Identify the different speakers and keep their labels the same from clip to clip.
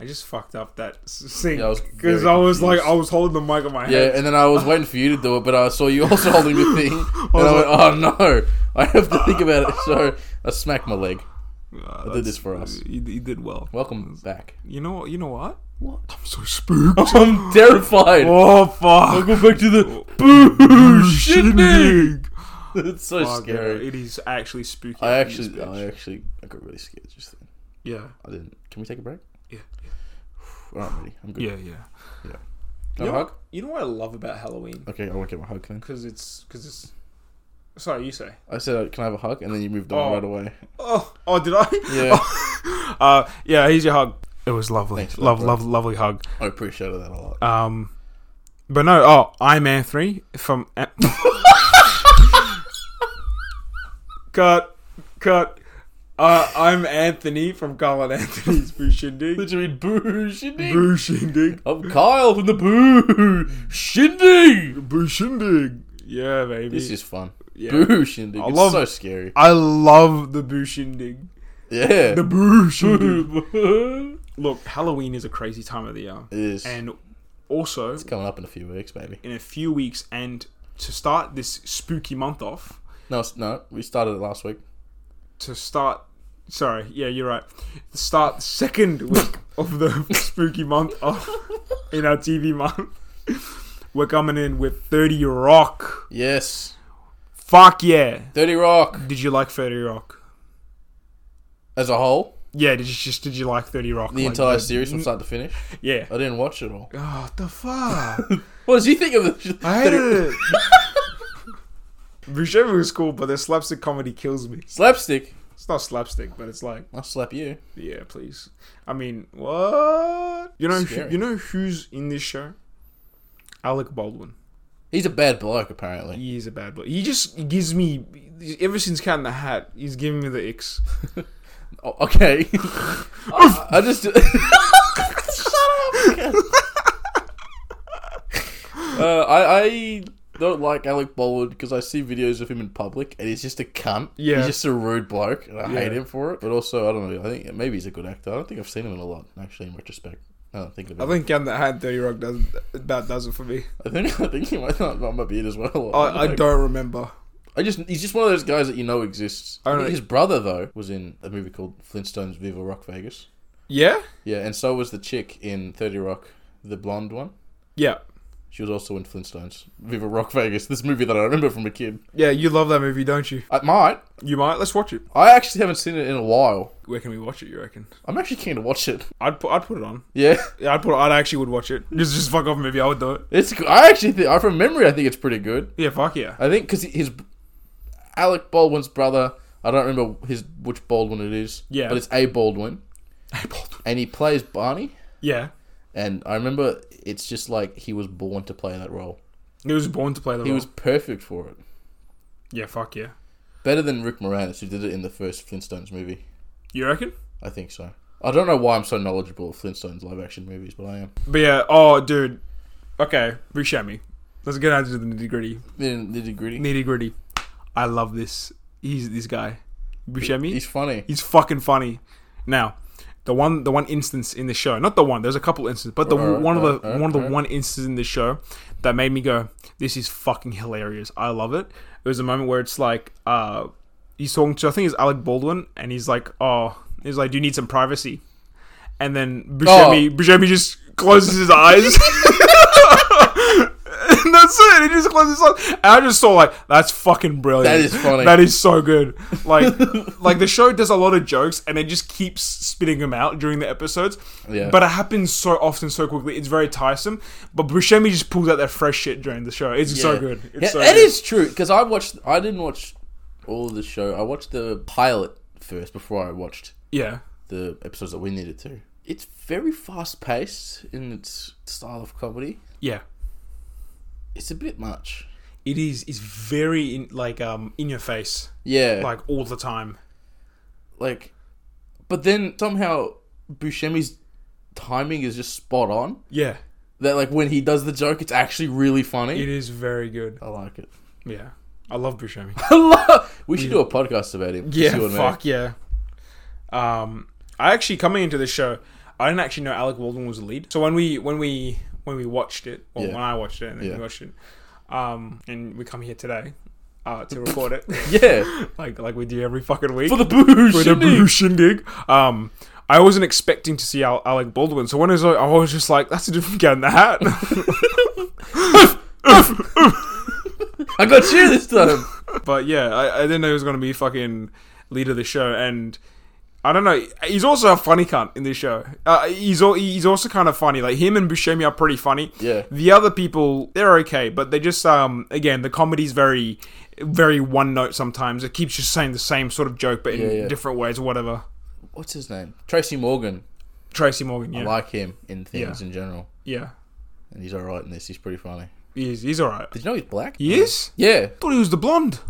Speaker 1: I just fucked up that sync
Speaker 2: Yeah, I was
Speaker 1: because
Speaker 2: very
Speaker 1: I was like,
Speaker 2: confused.
Speaker 1: I was holding the mic in my
Speaker 2: Yeah,
Speaker 1: hand.
Speaker 2: and then I was waiting for you to do it, but I saw you also holding the thing, and
Speaker 1: was
Speaker 2: I went, "Oh no, I have to think about it." So I smacked my leg.
Speaker 1: Uh,
Speaker 2: did
Speaker 1: that's-
Speaker 2: this for us.
Speaker 1: You, you did well.
Speaker 2: Welcome back.
Speaker 1: You know, you know what?
Speaker 2: What?
Speaker 1: I'm so spooked.
Speaker 2: I'm terrified.
Speaker 1: oh fuck!
Speaker 2: Go back to the boo shitting.
Speaker 1: Shindig.
Speaker 2: It's so
Speaker 1: Fuck, yeah,
Speaker 2: scary.
Speaker 1: It is actually spooky.
Speaker 2: I
Speaker 1: out in this
Speaker 2: actually, oh,
Speaker 1: bitch.
Speaker 2: I actually, I got really scared just then.
Speaker 1: yeah,
Speaker 2: I didn't. Can we take a break?
Speaker 1: yeah,
Speaker 2: All right, I'm ready. I'm good.
Speaker 1: yeah, yeah.
Speaker 2: Can I
Speaker 1: you, know,
Speaker 2: hug?
Speaker 1: what- you know what I love about Halloween?
Speaker 2: Okay, I won't get my hug then.
Speaker 1: Because it's because it's. Sorry, you say.
Speaker 2: I said, uh, "Can I have a hug?" And then you moved on
Speaker 1: Oh.
Speaker 2: right away.
Speaker 1: Oh, oh, did I?
Speaker 2: Yeah,
Speaker 1: Uh, yeah. Here's your hug. It was lovely.
Speaker 2: Thanks for that,
Speaker 1: Love,
Speaker 2: bro.
Speaker 1: love, lovely hug.
Speaker 2: I appreciated that a lot.
Speaker 1: Um, but no. Oh, I Man three from. cut, cut. Uh, I'm Anthony from Carl and Anthony's Boo Shindig.
Speaker 2: Literally, boo shitting.
Speaker 1: Boo Shindig.
Speaker 2: I'm Kyle from the Boo Shindig.
Speaker 1: Boo Shindig. Yeah, baby.
Speaker 2: This is fun.
Speaker 1: Yeah.
Speaker 2: Boo Shindig.
Speaker 1: I
Speaker 2: It's
Speaker 1: love-
Speaker 2: so scary.
Speaker 1: I love the Boo Shindig.
Speaker 2: Yeah.
Speaker 1: The Boo Shindig.
Speaker 2: it
Speaker 1: Look, Halloween is a crazy time of the year.
Speaker 2: is
Speaker 1: And also,
Speaker 2: coming up in a few weeks, baby.
Speaker 1: in a few weeks, and to start this spooky month off,
Speaker 2: No, it's, no, we started it last week.
Speaker 1: to start. Sorry, yeah, you're right. To start the second week of the spooky month off in our TV month, we're coming in with 30 Rock.
Speaker 2: Yes,
Speaker 1: Fuck yeah.
Speaker 2: Dirty Rock
Speaker 1: Did you like 30 Rock?
Speaker 2: as a whole,
Speaker 1: Yeah, did you just did you like 30 Rock?
Speaker 2: the
Speaker 1: Like, uh,
Speaker 2: entire series from start to finish.
Speaker 1: Yeah.
Speaker 2: I didn't watch it all.
Speaker 1: Oh, the fuck.
Speaker 2: What does he think of the?
Speaker 1: I hated it. Buscemi was cool, but the slapstick comedy kills me.
Speaker 2: Slapstick.
Speaker 1: It's not slapstick, but it's like,
Speaker 2: I'll slap you.
Speaker 1: yeah, please. I mean, what? You know, who,
Speaker 2: Scary.
Speaker 1: you know who's in this show? Alec Baldwin.
Speaker 2: He's a bad bloke, apparently.
Speaker 1: He is a bad boy. He just gives me. Ever since Cat in the Hat, he's giving me the icks.
Speaker 2: Oh, okay. I, I just. Shut up. uh, I, I don't like Alec Baldwin because I see videos of him in public and he's just a cunt.
Speaker 1: Yeah.
Speaker 2: He's just a rude bloke and I
Speaker 1: Yeah.
Speaker 2: hate him for it. But also, I don't know. I think maybe he's a good actor. I don't think I've seen him in a lot, actually, in retrospect. I don't think of
Speaker 1: I
Speaker 2: it.
Speaker 1: think Cat in the Hat, Dirty Rock does about does it for me.
Speaker 2: I think I think he might not, might be it as well.
Speaker 1: I, I
Speaker 2: Like,
Speaker 1: don't remember.
Speaker 2: I just he's just one of those guys that you know exists.
Speaker 1: I don't-
Speaker 2: His brother though was in a movie called Flintstones Viva Rock Vegas.
Speaker 1: Yeah,
Speaker 2: Yeah, and so was the chick in Thirty Rock, the blonde one.
Speaker 1: yeah,
Speaker 2: She was also in Flintstones Viva Rock Vegas. This movie that I remember from a kid.
Speaker 1: yeah. You love that movie, don't you?
Speaker 2: I might.
Speaker 1: You might. Let's watch it.
Speaker 2: I actually haven't seen it in a while.
Speaker 1: Where can we watch it? You reckon?
Speaker 2: I'm actually keen to watch it.
Speaker 1: I'd put I'd put it on.
Speaker 2: Yeah,
Speaker 1: Yeah, I'd put it, I'd actually would watch it. Just just fuck off movie. I would do it.
Speaker 2: it's. g- I actually think I from memory I think it's pretty good.
Speaker 1: Yeah, fuck yeah.
Speaker 2: I think because his Alec Baldwin's brother. I don't remember his which Baldwin it is.
Speaker 1: Yeah.
Speaker 2: but it's a Baldwin,
Speaker 1: Baldwin.
Speaker 2: and he plays Barney.
Speaker 1: Yeah,
Speaker 2: And I remember it's just like he was born to play that role.
Speaker 1: he was born to play the
Speaker 2: He
Speaker 1: role.
Speaker 2: was perfect for it.
Speaker 1: Yeah, fuck yeah.
Speaker 2: Better than Rick Moranis, who did it in the first Flintstones movie.
Speaker 1: You reckon?
Speaker 2: I think so. I don't know why I'm so knowledgeable of Flintstones live action movies, but I am.
Speaker 1: But yeah, oh dude. Okay, Buscemi. Let's get down to the nitty gritty.
Speaker 2: Then nitty gritty.
Speaker 1: Nitty gritty. I love this. He's this guy, Buscemi. He's,
Speaker 2: He's funny.
Speaker 1: fucking funny. Now, the one the one instance in the show, not the one. There's a couple instances, but the
Speaker 2: Alright,
Speaker 1: one of the
Speaker 2: alright,
Speaker 1: one of the
Speaker 2: alright.
Speaker 1: one instance in the show that made me go, "This is fucking hilarious. I love it." It was a moment where it's like, uh, he's talking to I think it's Alec Baldwin, and he's like, "Oh, he's like, do you need some privacy?" And then Buscemi,
Speaker 2: Oh.
Speaker 1: Buscemi just closes his eyes. And that's it. He just closes his eyes. And I just saw like that's fucking brilliant.
Speaker 2: That is funny.
Speaker 1: That is so good. Like, like the show does a lot of jokes and it just keeps spitting them out during the episodes.
Speaker 2: Yeah.
Speaker 1: But it happens so often, so quickly. It's very tiresome. But Buscemi just pulls out that fresh shit during the show. It's so
Speaker 2: Yeah.
Speaker 1: good. It's
Speaker 2: yeah,
Speaker 1: so
Speaker 2: it
Speaker 1: good.
Speaker 2: is true because I watched. I didn't watch all of the show. I watched the pilot first before I watched
Speaker 1: Yeah.
Speaker 2: the episodes that we needed to. It's very fast paced in its style of comedy.
Speaker 1: Yeah.
Speaker 2: It's a bit much.
Speaker 1: It is. It's very in, like um in your face,
Speaker 2: Yeah,
Speaker 1: like all the time.
Speaker 2: like but then somehow Buscemi's timing is just spot on
Speaker 1: Yeah.
Speaker 2: that like when he does the joke it's actually really funny
Speaker 1: It is very good.
Speaker 2: I like it
Speaker 1: Yeah. I love Buscemi.
Speaker 2: I love we should do a podcast about him
Speaker 1: Yeah,
Speaker 2: See what I mean.
Speaker 1: fuck yeah. Um, I actually coming into the show, I didn't actually know Alec Baldwin was the lead. So when we when we when we watched it, or
Speaker 2: Yeah.
Speaker 1: when I watched it, and then
Speaker 2: Yeah.
Speaker 1: we watched it, um, and we come here today, uh, to record it,
Speaker 2: Yeah,
Speaker 1: like like we do every fucking week
Speaker 2: for the boo
Speaker 1: for the Bruce shindig. Um, I wasn't expecting to see Al- Alec Baldwin, so when I was like, I was just like, that's a different guy in the hat.
Speaker 2: I got you this time.
Speaker 1: but yeah, I, I didn't know he was going to be fucking lead of the show, and I don't know. He's also a funny cunt in this show. Uh, he's al- he's also kind of funny. Like him and Buscemi are pretty funny.
Speaker 2: Yeah.
Speaker 1: The other people, they're okay, but they just um again the comedy's very very one note sometimes. It keeps just saying the same sort of joke, but in
Speaker 2: Yeah, yeah.
Speaker 1: different ways or whatever.
Speaker 2: What's his name? Tracy Morgan.
Speaker 1: Tracy Morgan, yeah,
Speaker 2: I like him in things
Speaker 1: Yeah.
Speaker 2: in general,
Speaker 1: yeah,
Speaker 2: and he's alright in this. He's pretty funny.
Speaker 1: he's he's all right.
Speaker 2: Did you know he's black?
Speaker 1: He is.
Speaker 2: Yeah,
Speaker 1: I thought he was the blonde.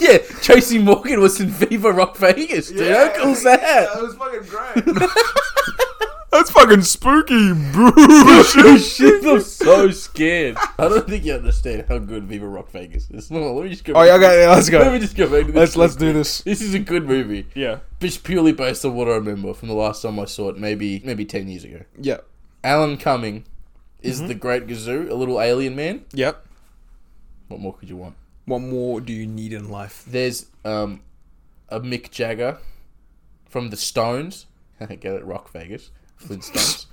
Speaker 2: yeah. Tracy Morgan was in Viva Rock Vegas, dude. How cool's that?
Speaker 1: was fucking great. That's fucking spooky, bro.
Speaker 2: Shit, I'm so scared. I don't think you understand how good Viva Rock Vegas is. No, let me just go.
Speaker 1: Oh, yeah, okay, yeah, let's go.
Speaker 2: Let me just go back to this.
Speaker 1: let's let's do this.
Speaker 2: This is a good movie.
Speaker 1: Yeah,
Speaker 2: Just purely based on what I remember from the last time I saw it, maybe maybe ten years ago.
Speaker 1: yeah,
Speaker 2: Alan Cumming is
Speaker 1: Mm-hmm.
Speaker 2: the Great Gazoo, a little alien man.
Speaker 1: yep.
Speaker 2: What more could you want?
Speaker 1: What more do you need in life?
Speaker 2: There's um, a Mick Jagger from the Stones. Get it, Rock Vegas, Flintstones.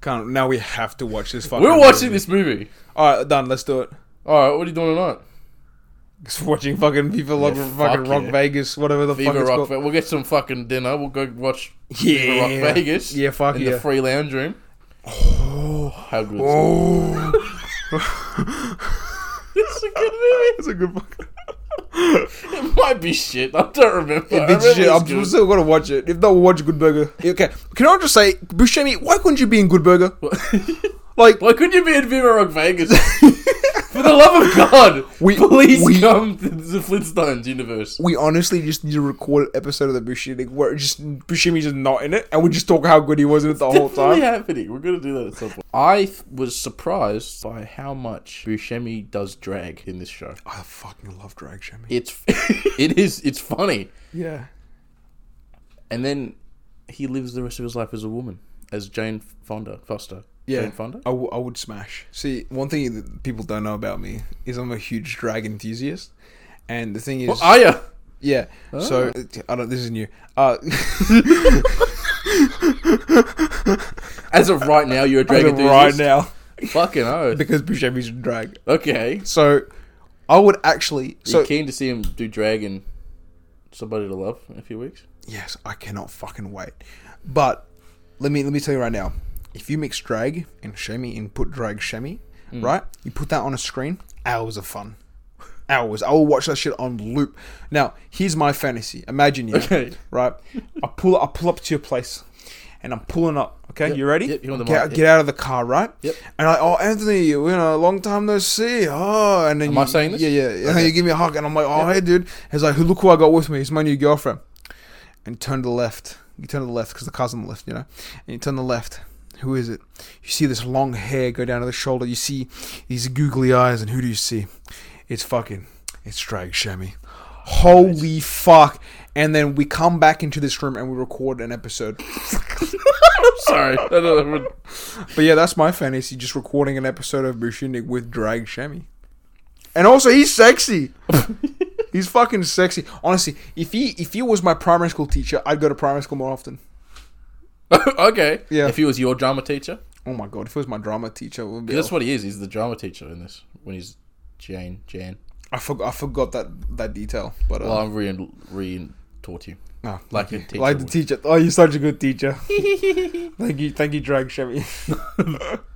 Speaker 1: Can't. Now we have to watch this. Fucking
Speaker 2: We're watching
Speaker 1: movie.
Speaker 2: this movie.
Speaker 1: All right, done. Let's do it.
Speaker 2: All right, what are you doing tonight?
Speaker 1: Just watching fucking Viva Rock,
Speaker 2: Yeah,
Speaker 1: fucking
Speaker 2: fuck
Speaker 1: Rock
Speaker 2: yeah.
Speaker 1: Vegas, whatever the fuck
Speaker 2: Viva
Speaker 1: it's
Speaker 2: Rock.
Speaker 1: called.
Speaker 2: Ve- we'll get some fucking dinner. We'll go watch Viva
Speaker 1: yeah,
Speaker 2: Rock Vegas.
Speaker 1: Yeah, fuck
Speaker 2: in
Speaker 1: yeah.
Speaker 2: the free lounge room. Oh, how good! is that?
Speaker 1: oh,
Speaker 2: It's a good movie.
Speaker 1: that's a good fucking.
Speaker 2: It might be shit. I don't remember. I
Speaker 1: It's
Speaker 2: remember
Speaker 1: shit.
Speaker 2: it's
Speaker 1: I'm
Speaker 2: good.
Speaker 1: still gonna watch it. If not, we'll watch Good Burger. Okay, can I just say, Buscemi, why couldn't you be in Good Burger? Like,
Speaker 2: Why couldn't you be in Viva Rock Vegas? For the love of God,
Speaker 1: We-
Speaker 2: please
Speaker 1: we-
Speaker 2: come to the Flintstones universe.
Speaker 1: we honestly just need to record an episode of the Buscemi where it's just Buscemi's just not in it, and we just talk how good he was in it the whole
Speaker 2: Definitely
Speaker 1: time.
Speaker 2: happening. We're gonna do that at some point. I th- was surprised by how much Buscemi does drag in this show.
Speaker 1: I fucking love drag Buscemi.
Speaker 2: It's it is it's funny,
Speaker 1: Yeah,
Speaker 2: and then he lives the rest of his life as a woman, as Jane Fonda Foster.
Speaker 1: Yeah.
Speaker 2: Jane Fonda.
Speaker 1: I, w- I would smash. See, one thing that people don't know about me is I'm a huge drag enthusiast, and the thing is,
Speaker 2: Well, are ya?
Speaker 1: yeah. So I don't. This is new. Uh,
Speaker 2: As of right now, you're a drag
Speaker 1: right
Speaker 2: enthusiast.
Speaker 1: now
Speaker 2: Fucking oh.
Speaker 1: because Buscemi's in drag.
Speaker 2: Okay.
Speaker 1: So I would actually.
Speaker 2: So,
Speaker 1: So
Speaker 2: you keen to see him do drag and somebody to love in a few weeks?
Speaker 1: yes, I cannot fucking wait. But let me let me tell you right now. If you mix drag and shemmy and put drag shemmy,
Speaker 2: Mm.
Speaker 1: right? You put that on a screen, hours of fun. Hours. I will watch that shit on loop. Now, here's my fantasy. Imagine you
Speaker 2: Okay.
Speaker 1: right? I pull I pull up to your place and I'm pulling up. Okay, you ready?
Speaker 2: Yep, you're on the
Speaker 1: get,
Speaker 2: mic,
Speaker 1: get out of the car, right?
Speaker 2: Yep.
Speaker 1: And I, oh, Anthony, you know, long time no see. Oh, and then
Speaker 2: Am
Speaker 1: you,
Speaker 2: I saying this?
Speaker 1: Yeah, yeah. And then you give me a hug, and I'm like, oh, hey, dude. He's like, look who I got with me. He's my new girlfriend. And turn to the left. You turn to the left because the car's on the left, you know. And you turn to the left. Who is it? You see this long hair go down to the shoulder. You see these googly eyes, and who do you see? It's fucking, it's Drag Shemmy.
Speaker 2: Oh,
Speaker 1: Holy fuck! And then we come back into this room and we record an episode.
Speaker 2: I'm sorry. I don't know.
Speaker 1: But yeah, that's my fantasy. Just recording an episode of Bushindig with Drag Shami. And also, he's sexy. he's fucking sexy. Honestly, if he if he was my primary school teacher, I'd go to primary school more often.
Speaker 2: okay.
Speaker 1: Yeah.
Speaker 2: If he was your drama teacher,
Speaker 1: Oh my god, if he was my drama teacher, it would be.
Speaker 2: that's what he is. He's the drama teacher in this when he's Jane. Jan.
Speaker 1: I forgot. I forgot that that detail. But
Speaker 2: Well,
Speaker 1: uh,
Speaker 2: I'm re re taught you.
Speaker 1: no,
Speaker 2: like
Speaker 1: thank
Speaker 2: a
Speaker 1: you.
Speaker 2: teacher
Speaker 1: like the
Speaker 2: would.
Speaker 1: teacher. Oh, you're such a good teacher. thank you, thank you, Drag Shami.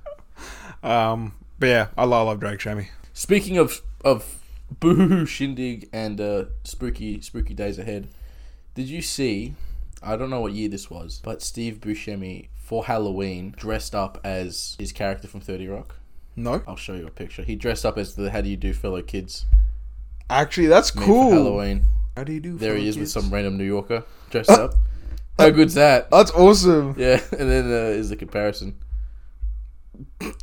Speaker 1: um, but yeah, I love, I love Drag Shami.
Speaker 2: Speaking of of boohoo shindig and uh, spooky spooky days ahead, did you see? I don't know what year this was, but Steve Buscemi for Halloween dressed up as his character from Thirty Rock.
Speaker 1: No,
Speaker 2: I'll show you a picture. He dressed up as the How Do You Do Fellow Kids
Speaker 1: actually, that's
Speaker 2: meme
Speaker 1: cool.
Speaker 2: for Halloween.
Speaker 1: How do you do?
Speaker 2: There he
Speaker 1: fellow
Speaker 2: is with
Speaker 1: kids?
Speaker 2: some random New Yorker dressed
Speaker 1: Uh,
Speaker 2: up. How good's that?
Speaker 1: That's awesome.
Speaker 2: Yeah, and then uh, is the comparison.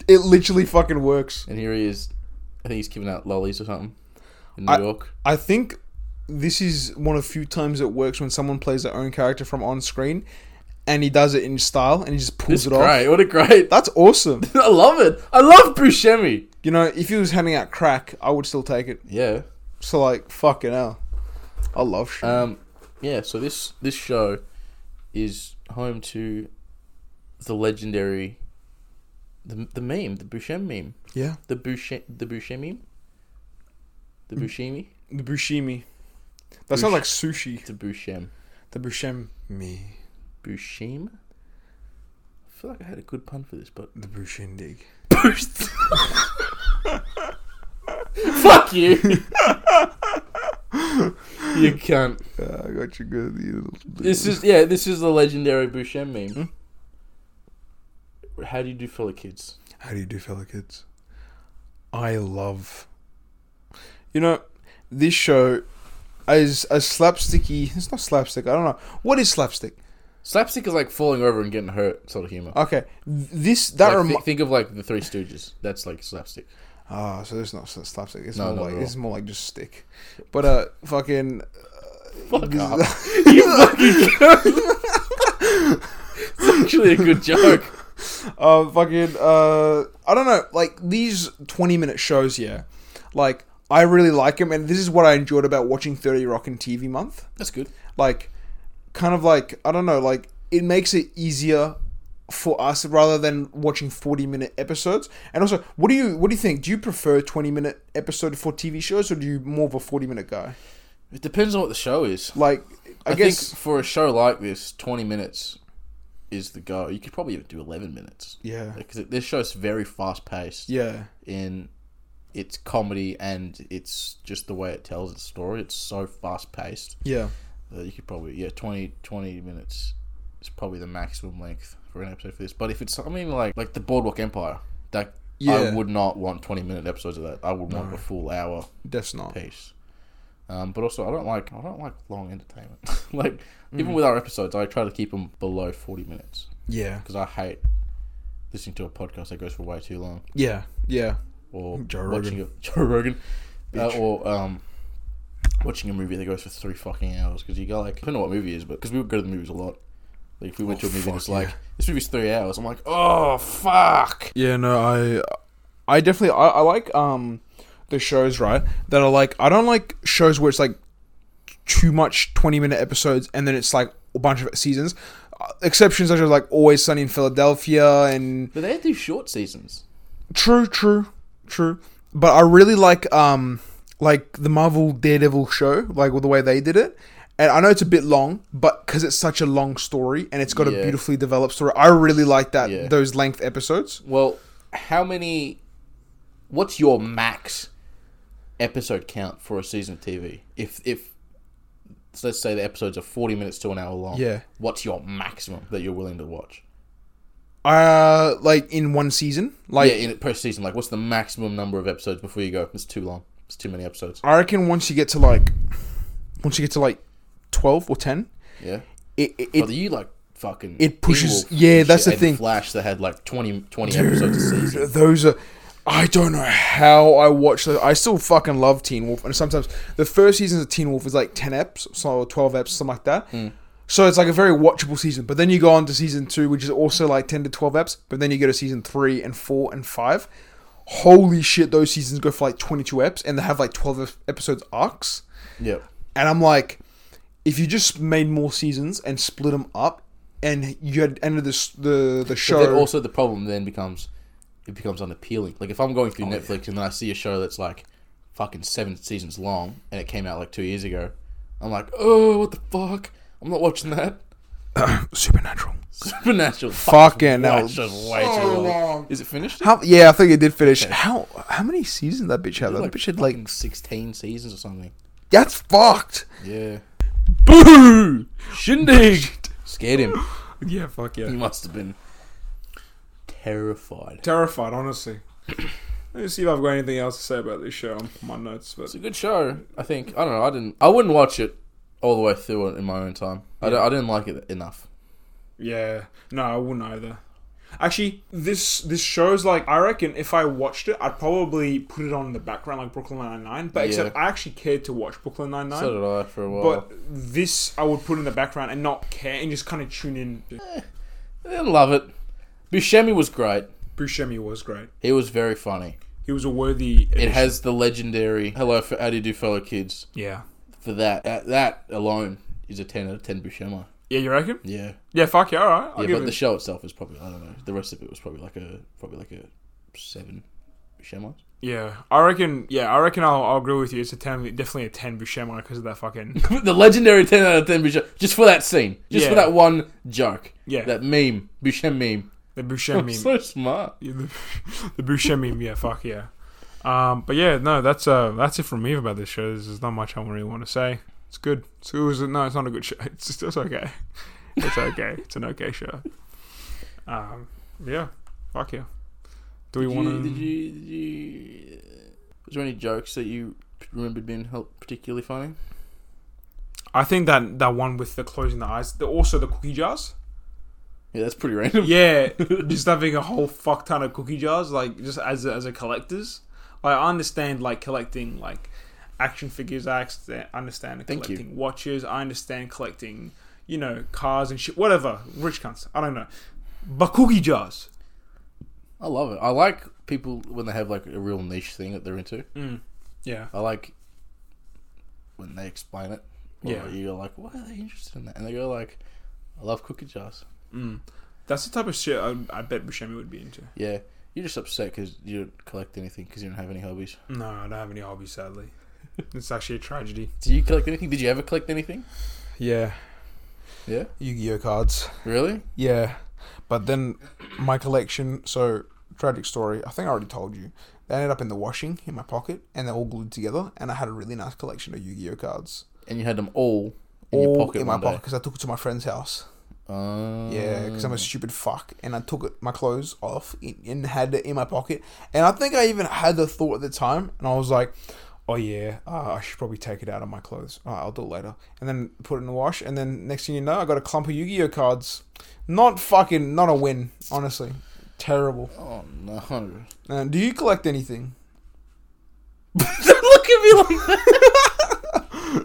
Speaker 1: It literally fucking works.
Speaker 2: And here he is. I think he's giving out lollies or something in New
Speaker 1: I-
Speaker 2: York.
Speaker 1: I think this is one of the few times it works when someone plays their own character from on screen, and he does it in style and he just pulls
Speaker 2: It's
Speaker 1: it off.
Speaker 2: great. What a great.
Speaker 1: That's awesome.
Speaker 2: I love it. I love Buscemi.
Speaker 1: You know, if he was handing out crack, I would still take it.
Speaker 2: Yeah.
Speaker 1: So like, fucking hell, I love shit.
Speaker 2: Um, yeah. So this this show is home to the legendary, the the meme, the Buscemi meme,
Speaker 1: yeah,
Speaker 2: the Buscemi, the Buscemi, the
Speaker 1: Mm.
Speaker 2: Buscemi,
Speaker 1: the bushimi. That sounds
Speaker 2: Bush-
Speaker 1: like sushi.
Speaker 2: the Buscem,
Speaker 1: The bushimi,
Speaker 2: Buscem. I feel like I had a good pun for this, but
Speaker 1: the bushindig.
Speaker 2: fuck you. you can't.
Speaker 1: Uh, I got you good. You
Speaker 2: This is yeah. This is the legendary Buscem meme. How do you do, fellow kids?
Speaker 1: How do you do, fella kids? I love. You know, this show is a slapsticky. It's not slapstick. I don't know what is slapstick.
Speaker 2: Slapstick is like falling over and getting hurt sort of humor.
Speaker 1: Okay, th- this Uh, that
Speaker 2: Like,
Speaker 1: remi-
Speaker 2: thi- think of like the Three Stooges. That's like slapstick.
Speaker 1: Ah, so it's not s- slapstick. It's
Speaker 2: No,
Speaker 1: more
Speaker 2: not
Speaker 1: like
Speaker 2: at all.
Speaker 1: it's more like just stick. But uh, fucking. uh,
Speaker 2: Fuck up. you fucking It's actually a good joke.
Speaker 1: uh, fucking uh, I don't know. Like these twenty-minute shows, yeah. Like I really like them, and this is what I enjoyed about watching Thirty Rock and TV Month.
Speaker 2: That's good.
Speaker 1: Like, kind of like I don't know. Like it makes it easier for us rather than watching forty-minute episodes. And also, what do you what do you think? Do you prefer twenty-minute episode for TV shows, or do you more of a forty-minute guy?
Speaker 2: It depends on what the show is.
Speaker 1: Like, I,
Speaker 2: I,
Speaker 1: guess.
Speaker 2: think for a show like this, twenty minutes is the go. You could probably even do eleven minutes
Speaker 1: yeah.
Speaker 2: because this show's very fast paced
Speaker 1: Yeah.
Speaker 2: in its comedy and it's just the way it tells its story. It's so fast paced.
Speaker 1: Yeah.
Speaker 2: Uh, you could probably yeah 20, 20 minutes is probably the maximum length for an episode for this. But if it's something like like the Boardwalk Empire, that
Speaker 1: Yeah.
Speaker 2: I would not want twenty minute episodes of that. I would want a full hour
Speaker 1: That's not.
Speaker 2: piece. Um, but also, I don't like I don't like long entertainment. like even with our episodes, I try to keep them below forty minutes
Speaker 1: Yeah.
Speaker 2: because I hate listening to a podcast that goes for way too long
Speaker 1: Yeah. Yeah.
Speaker 2: or
Speaker 1: Joe
Speaker 2: watching a Joe Rogan, uh, or um, watching a movie that goes for three fucking hours because you go like, I don't know what movie it is, but because we would go to the movies a lot. Like if we went
Speaker 1: Oh,
Speaker 2: to a movie
Speaker 1: fuck,
Speaker 2: and it's like
Speaker 1: yeah.
Speaker 2: this movie's three hours, I'm like, oh fuck.
Speaker 1: Yeah. No, I, I definitely, I, I like um, the shows right that are like I don't like shows where it's like too much twenty minute episodes and then it's like a bunch of seasons. Uh, Exceptions such as like Always Sunny in Philadelphia and
Speaker 2: But they do short seasons.
Speaker 1: True, True, True. But I really like um, like the Marvel Daredevil show, like the way they did it. And I know it's a bit long, but because it's such a long story and it's got a
Speaker 2: Yeah.
Speaker 1: beautifully developed story, I really like that
Speaker 2: Yeah.
Speaker 1: those length episodes.
Speaker 2: Well, how many? What's your max episode count for a season of TV? If if so let's say the episodes are forty minutes to an hour long,
Speaker 1: Yeah.
Speaker 2: What's your maximum that you're willing to watch?
Speaker 1: Uh, like in one season, like
Speaker 2: yeah, in per season, like what's the maximum number of episodes before you go? It's too long. It's too many episodes.
Speaker 1: I reckon once you get to like, once you get to like twelve or ten,
Speaker 2: Yeah.
Speaker 1: it it,
Speaker 2: But
Speaker 1: it
Speaker 2: you like fucking.
Speaker 1: it pushes-
Speaker 2: Beowulf
Speaker 1: yeah,
Speaker 2: and
Speaker 1: that's
Speaker 2: shit,
Speaker 1: the
Speaker 2: and
Speaker 1: thing.
Speaker 2: Flash that had like 20, 20 episodes a season.
Speaker 1: Dude, those are. I don't know how I watch those. I still fucking love Teen Wolf, and sometimes the first season of Teen Wolf is like ten eps, so or twelve eps, something like that.
Speaker 2: Mm.
Speaker 1: So it's like a very watchable season. But then you go on to season two, which is also like ten to twelve eps. But then you go to season three and four and five. Holy shit, those seasons go for like twenty-two eps, and they have like twelve ep- episodes arcs.
Speaker 2: Yeah.
Speaker 1: And I'm like, if you just made more seasons and split them up, and you had ended this the the
Speaker 2: But then
Speaker 1: show.
Speaker 2: also the problem then becomes it becomes unappealing. Like if I'm going through Netflix and then I see a show that's like fucking seven seasons long and it came out like two years ago, I'm like, oh, what the fuck? I'm not watching that.
Speaker 1: Supernatural.
Speaker 2: Supernatural.
Speaker 1: Fucking
Speaker 2: Wow,
Speaker 1: hell.
Speaker 2: it's just way too
Speaker 1: So
Speaker 2: long.
Speaker 1: long.
Speaker 2: Is it finished?
Speaker 1: How? Yeah, I think it did finish. How? How many seasons that bitch had? That bitch had like
Speaker 2: fucking sixteen seasons or something.
Speaker 1: that's fucked.
Speaker 2: Yeah.
Speaker 1: Boo! Shindig.
Speaker 2: Scared him.
Speaker 1: Yeah, fuck
Speaker 2: He
Speaker 1: yeah.
Speaker 2: must have been terrified.
Speaker 1: Terrified, honestly. Let me see if I've got anything else to say about this show on my notes. But
Speaker 2: It's a good show, I think. I don't know. I didn't. I wouldn't watch it all the way through in my own time. I, don't- I didn't like it enough.
Speaker 1: yeah, no, I wouldn't either. Actually, this this shows like I reckon if I watched it, I'd probably put it on in the background like Brooklyn Nine Nine. But except I actually cared to watch Brooklyn Nine Nine.
Speaker 2: So did I for a while.
Speaker 1: but this I would put in the background and not care and just kind of tune in.
Speaker 2: I love it. Buscemi was great.
Speaker 1: Buscemi was great.
Speaker 2: He was very funny.
Speaker 1: He was a worthy.
Speaker 2: It
Speaker 1: addition.
Speaker 2: has the legendary "Hello, for how do you do, fellow kids?"
Speaker 1: Yeah.
Speaker 2: For that, that, that alone is a ten out of ten Buscemi.
Speaker 1: Yeah, you reckon?
Speaker 2: Yeah,
Speaker 1: Yeah, fuck yeah, all right. I'll
Speaker 2: yeah.
Speaker 1: give
Speaker 2: But
Speaker 1: it.
Speaker 2: the show itself is probably I don't know. The rest of it was probably like a probably like a seven Buscemi.
Speaker 1: yeah, I reckon. Yeah, I reckon I'll, I'll agree with you. It's a ten, definitely a ten Buscemi because of that fucking.
Speaker 2: the legendary ten out of ten Buscemi just for that scene, just for
Speaker 1: Yeah.
Speaker 2: that one joke,
Speaker 1: Yeah,
Speaker 2: that meme, Buscemi meme.
Speaker 1: the Buscemi.
Speaker 2: So smart.
Speaker 1: Yeah, the, the Buscemi, yeah, fuck yeah. Um, but yeah, no, that's uh, that's it from me about this show. There's not much I really want to say. It's good. It's, it was, no, it's not a good show. It's, it's okay. It's okay. it's an okay show. Um, yeah, fuck yeah. Do we
Speaker 2: Did you,
Speaker 1: want
Speaker 2: did
Speaker 1: to?
Speaker 2: you? Did you? uh, Was there any jokes that you remembered being hel- particularly funny?
Speaker 1: I think that that one with the closing the eyes. The, also the cookie jars.
Speaker 2: Yeah, that's pretty random.
Speaker 1: Yeah, just having a whole fuck ton of cookie jars, like just as a, as a collectors. Like I understand, like collecting like action figures. I ex- understand
Speaker 2: Thank you.
Speaker 1: collecting watches. I understand collecting, you know, cars and shit. Whatever, rich cunts. I don't know, but cookie jars.
Speaker 2: I love it. I like people when they have like a real niche thing that they're into.
Speaker 1: Mm. Yeah,
Speaker 2: I like when they explain it. Or
Speaker 1: Yeah.
Speaker 2: you go like, why are they interested in that? And they go like, I love cookie jars.
Speaker 1: mm. that's the type of shit I, I bet Buscemi would be into.
Speaker 2: Yeah, you're just upset because you don't collect anything because you don't have any hobbies.
Speaker 1: No, I don't have any hobbies, sadly. it's actually a tragedy.
Speaker 2: Do you collect anything? Did you ever collect anything?
Speaker 1: Yeah,
Speaker 2: Yeah.
Speaker 1: Yu-Gi-Oh cards.
Speaker 2: Really?
Speaker 1: Yeah, but then my collection. So tragic story. I think I already told you. They ended up in the washing in my pocket, and they're all glued together. And I had a really nice collection of Yu-Gi-Oh cards,
Speaker 2: And you had them all in
Speaker 1: all
Speaker 2: your pocket
Speaker 1: in my
Speaker 2: one
Speaker 1: pocket
Speaker 2: day.
Speaker 1: because I took it to my friend's house.
Speaker 2: Oh.
Speaker 1: Yeah, because I'm a stupid fuck, and I took it, my clothes off in, and had it in my pocket. And I think I even had the thought at the time, and I was like, "Oh yeah, uh, I should probably take it out of my clothes. All right, I'll do it later." And then put it in the wash, and then next thing you know, I got a clump of Yu-Gi-Oh cards. Not fucking, not a win, honestly. Terrible.
Speaker 2: Oh no!
Speaker 1: Uh, do you collect anything?
Speaker 2: Don't look at me like that.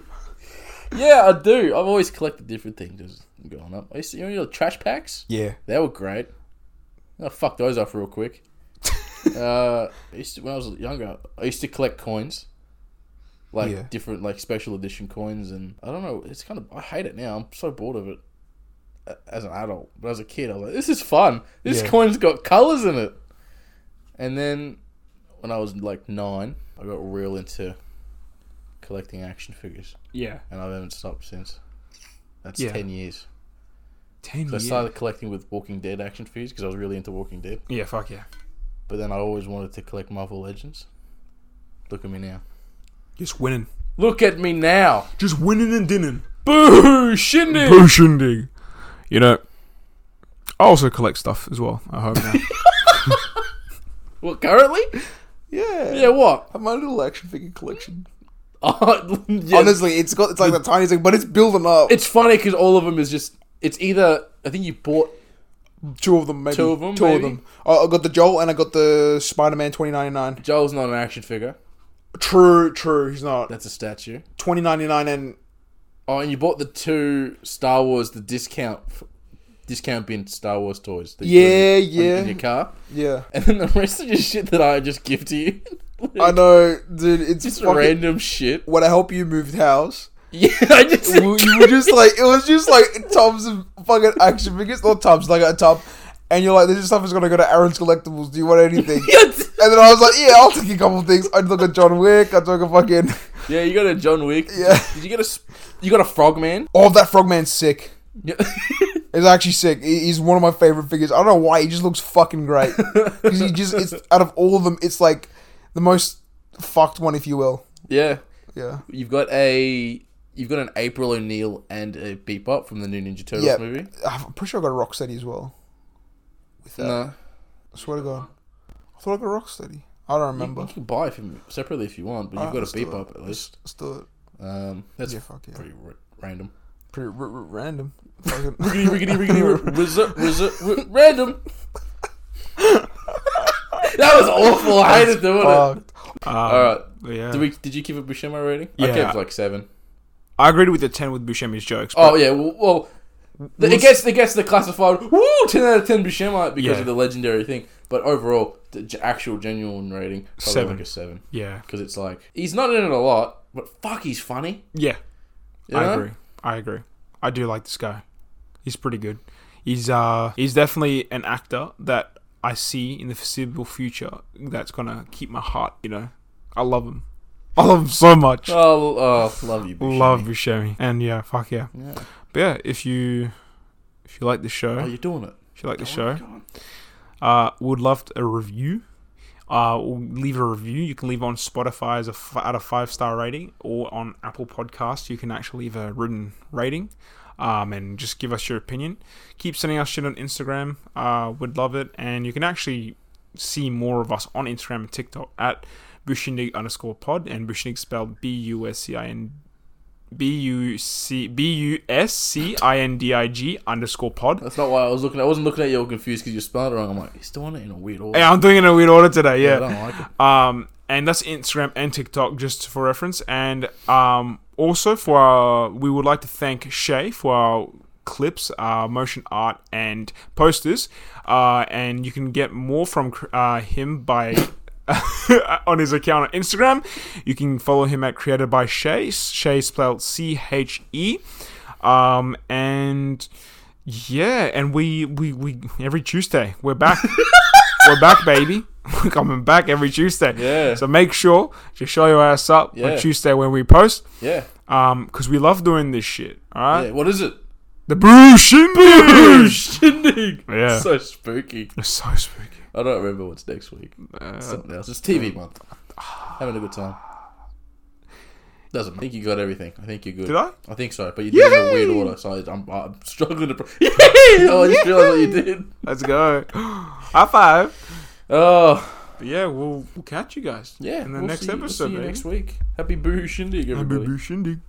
Speaker 2: yeah, I do. I've always collected different things as I'm growing up. I used to, you know, your trash packs.
Speaker 1: Yeah.
Speaker 2: They were great. I fucked those off real quick. uh, I used to, when I was younger, I used to collect coins, like
Speaker 1: Yeah.
Speaker 2: different like special edition coins, and I don't know. It's kind of I hate it now. I'm so bored of it a- as an adult, but as a kid, I was like, this is fun. This
Speaker 1: Yeah.
Speaker 2: coin's got colors in it. And then when I was like nine, I got real into collecting action figures,
Speaker 1: Yeah.
Speaker 2: and I haven't stopped since. That's
Speaker 1: Yeah.
Speaker 2: ten years.
Speaker 1: Ten
Speaker 2: So I
Speaker 1: years.
Speaker 2: started collecting with Walking Dead action figures because I was really into Walking Dead.
Speaker 1: Yeah. Fuck yeah.
Speaker 2: But then I always wanted to collect Marvel Legends. Look at me now.
Speaker 1: Just winning.
Speaker 2: Look at me now.
Speaker 1: Just winning and dinning.
Speaker 2: Boo! Shindig!
Speaker 1: Boo shindig. You know, I also collect stuff as well. I hope now.
Speaker 2: What, currently?
Speaker 1: yeah.
Speaker 2: Yeah, what?
Speaker 1: I have my little action figure collection.
Speaker 2: Oh, yeah.
Speaker 1: Honestly, it's got it's like the tiniest thing, but it's building up.
Speaker 2: It's funny because all of them is just. It's either. I think you bought.
Speaker 1: two of them, maybe.
Speaker 2: Two of them,
Speaker 1: Two
Speaker 2: maybe?
Speaker 1: of them. I I got the Joel and I got the Spider Man twenty ninety nine.
Speaker 2: Joel's not an action figure.
Speaker 1: True, true. He's not
Speaker 2: That's a statue.
Speaker 1: twenty ninety nine and
Speaker 2: Oh, and you bought the two Star Wars, the discount. f- Discount bin Star Wars toys. that you put
Speaker 1: yeah,
Speaker 2: in your- In
Speaker 1: yeah,
Speaker 2: your car.
Speaker 1: yeah.
Speaker 2: And then the rest of just shit that I just give to you.
Speaker 1: I know, dude. It's
Speaker 2: just
Speaker 1: fucking-
Speaker 2: random shit.
Speaker 1: When I help you move house,
Speaker 2: Yeah, I just
Speaker 1: you you were just like it was just like tubs of fucking action figures, not tubs, like a tub. And you're like, this stuff is gonna go to Aaron's collectibles. Do you want anything? And then I was like, yeah, I'll take a couple of things. I took a John Wick. I took a fucking.
Speaker 2: yeah. You got a John Wick.
Speaker 1: Yeah.
Speaker 2: Did you get a? sp- You got a Frogman.
Speaker 1: Oh, that Frogman's sick.
Speaker 2: Yeah.
Speaker 1: He's actually sick. He- He's one of my favorite figures. I don't know why. He just looks fucking great. Because he just, it's out of all of them, it's like the most fucked one, if you will.
Speaker 2: yeah.
Speaker 1: Yeah.
Speaker 2: You've got a. You've got an April O'Neil and a Bebop from the new Ninja Turtles
Speaker 1: Yeah.
Speaker 2: movie.
Speaker 1: I'm pretty sure I got a Rocksteady as well. With that.
Speaker 2: No,
Speaker 1: I swear to God. I thought I got a Rocksteady. I don't
Speaker 2: you, you
Speaker 1: remember.
Speaker 2: can buy it from separately if you want, but you've
Speaker 1: Alright, Ah, let's
Speaker 2: got a
Speaker 1: do
Speaker 2: Bebop
Speaker 1: it.
Speaker 2: at least.
Speaker 1: Let's do it.
Speaker 2: Um, that's
Speaker 1: Yeah, fuck yeah.
Speaker 2: pretty r- random.
Speaker 1: Pretty r- r- random.
Speaker 2: Riggedy, riggedy, riggedy, rizzit, rizzit, r- random. that was awful. I hated doing it.
Speaker 1: Fucked.
Speaker 3: Um,
Speaker 2: All right.
Speaker 3: Yeah.
Speaker 2: Did we? Did you give it Buscema a rating? I
Speaker 3: Yeah.
Speaker 2: gave it like seven.
Speaker 3: I agreed with the 10 with Buscemi's jokes.
Speaker 2: Oh
Speaker 3: but-
Speaker 2: yeah. Well, well the, it gets it gets the classified woo ten out of ten Buscema because
Speaker 3: Yeah.
Speaker 2: of the legendary thing. But overall, the g- actual genuine rating probably
Speaker 3: Seven.
Speaker 2: like a seven
Speaker 3: yeah.
Speaker 2: because it's like he's not in it a lot, but fuck, he's funny.
Speaker 3: Yeah.
Speaker 2: you know?
Speaker 3: I agree. I agree. I do like this guy. He's pretty good. He's uh he's definitely an actor that I see in the foreseeable future that's gonna keep my heart, you know. I love him. I love him so much.
Speaker 2: Oh, oh, love you, Buscemi.
Speaker 3: love Buscemi. And yeah, fuck yeah.
Speaker 2: Yeah.
Speaker 3: But yeah, if you if you like the show,
Speaker 2: Oh, you're doing it. Oh
Speaker 3: if you like the
Speaker 2: Go on,
Speaker 3: show,
Speaker 2: go on.
Speaker 3: uh, would love a review. Uh, or leave a review. You can leave on Spotify as a f- out of five star rating, or on Apple Podcasts. You can actually leave a written rating, um, and just give us your opinion. Keep sending us shit on Instagram. Uh, would love it, and you can actually see more of us on Instagram and TikTok at Bushindig underscore pod and Bushindig spelled B U S C I N B U C B U S C I N D I G underscore pod.
Speaker 2: That's not why I was looking. I wasn't looking at you all confused because you spelled it wrong. I'm like, he's doing it in a weird order.
Speaker 3: Yeah, I'm doing it in a weird order today.
Speaker 2: I
Speaker 3: Yeah.
Speaker 2: don't like it.
Speaker 3: Um, and that's Instagram and TikTok, just for reference. And um, also for our, we would like to thank Shay for our clips, our motion art, and posters. Uh, and you can get more from uh, him by. on his account on Instagram, you can follow him at created by Shay. Shay spelled C H E. Um, and yeah, and we we we every Tuesday we're back. we're back, baby. We're coming back every Tuesday.
Speaker 2: Yeah.
Speaker 3: So make sure to show your ass up
Speaker 2: Yeah.
Speaker 3: on Tuesday when we post.
Speaker 2: Yeah.
Speaker 3: Um, because we love doing this shit. Alright?
Speaker 2: Yeah. What is it?
Speaker 3: The Brew Shindig!
Speaker 2: Shindig.
Speaker 3: Yeah.
Speaker 2: So spooky.
Speaker 3: It's so spooky.
Speaker 2: I don't remember what's next week. It's
Speaker 3: Uh,
Speaker 2: Something else. It's TV month. Having a good time. Doesn't. I think you got everything. I think you're good.
Speaker 3: did I?
Speaker 2: I think so, but you did it in a weird
Speaker 3: Yay!
Speaker 2: order, so I- I'm, I'm struggling to. Pro- oh, I just realized what you did.
Speaker 3: Let's go. High five.
Speaker 2: Oh,
Speaker 3: But yeah, we'll, we'll catch you guys
Speaker 2: yeah.
Speaker 3: in the
Speaker 2: we'll
Speaker 3: next
Speaker 2: see you- we'll
Speaker 3: episode, eh?
Speaker 2: see you
Speaker 3: baby.
Speaker 2: next week. Happy Boo Shindig, everybody.
Speaker 3: Brew Shindig.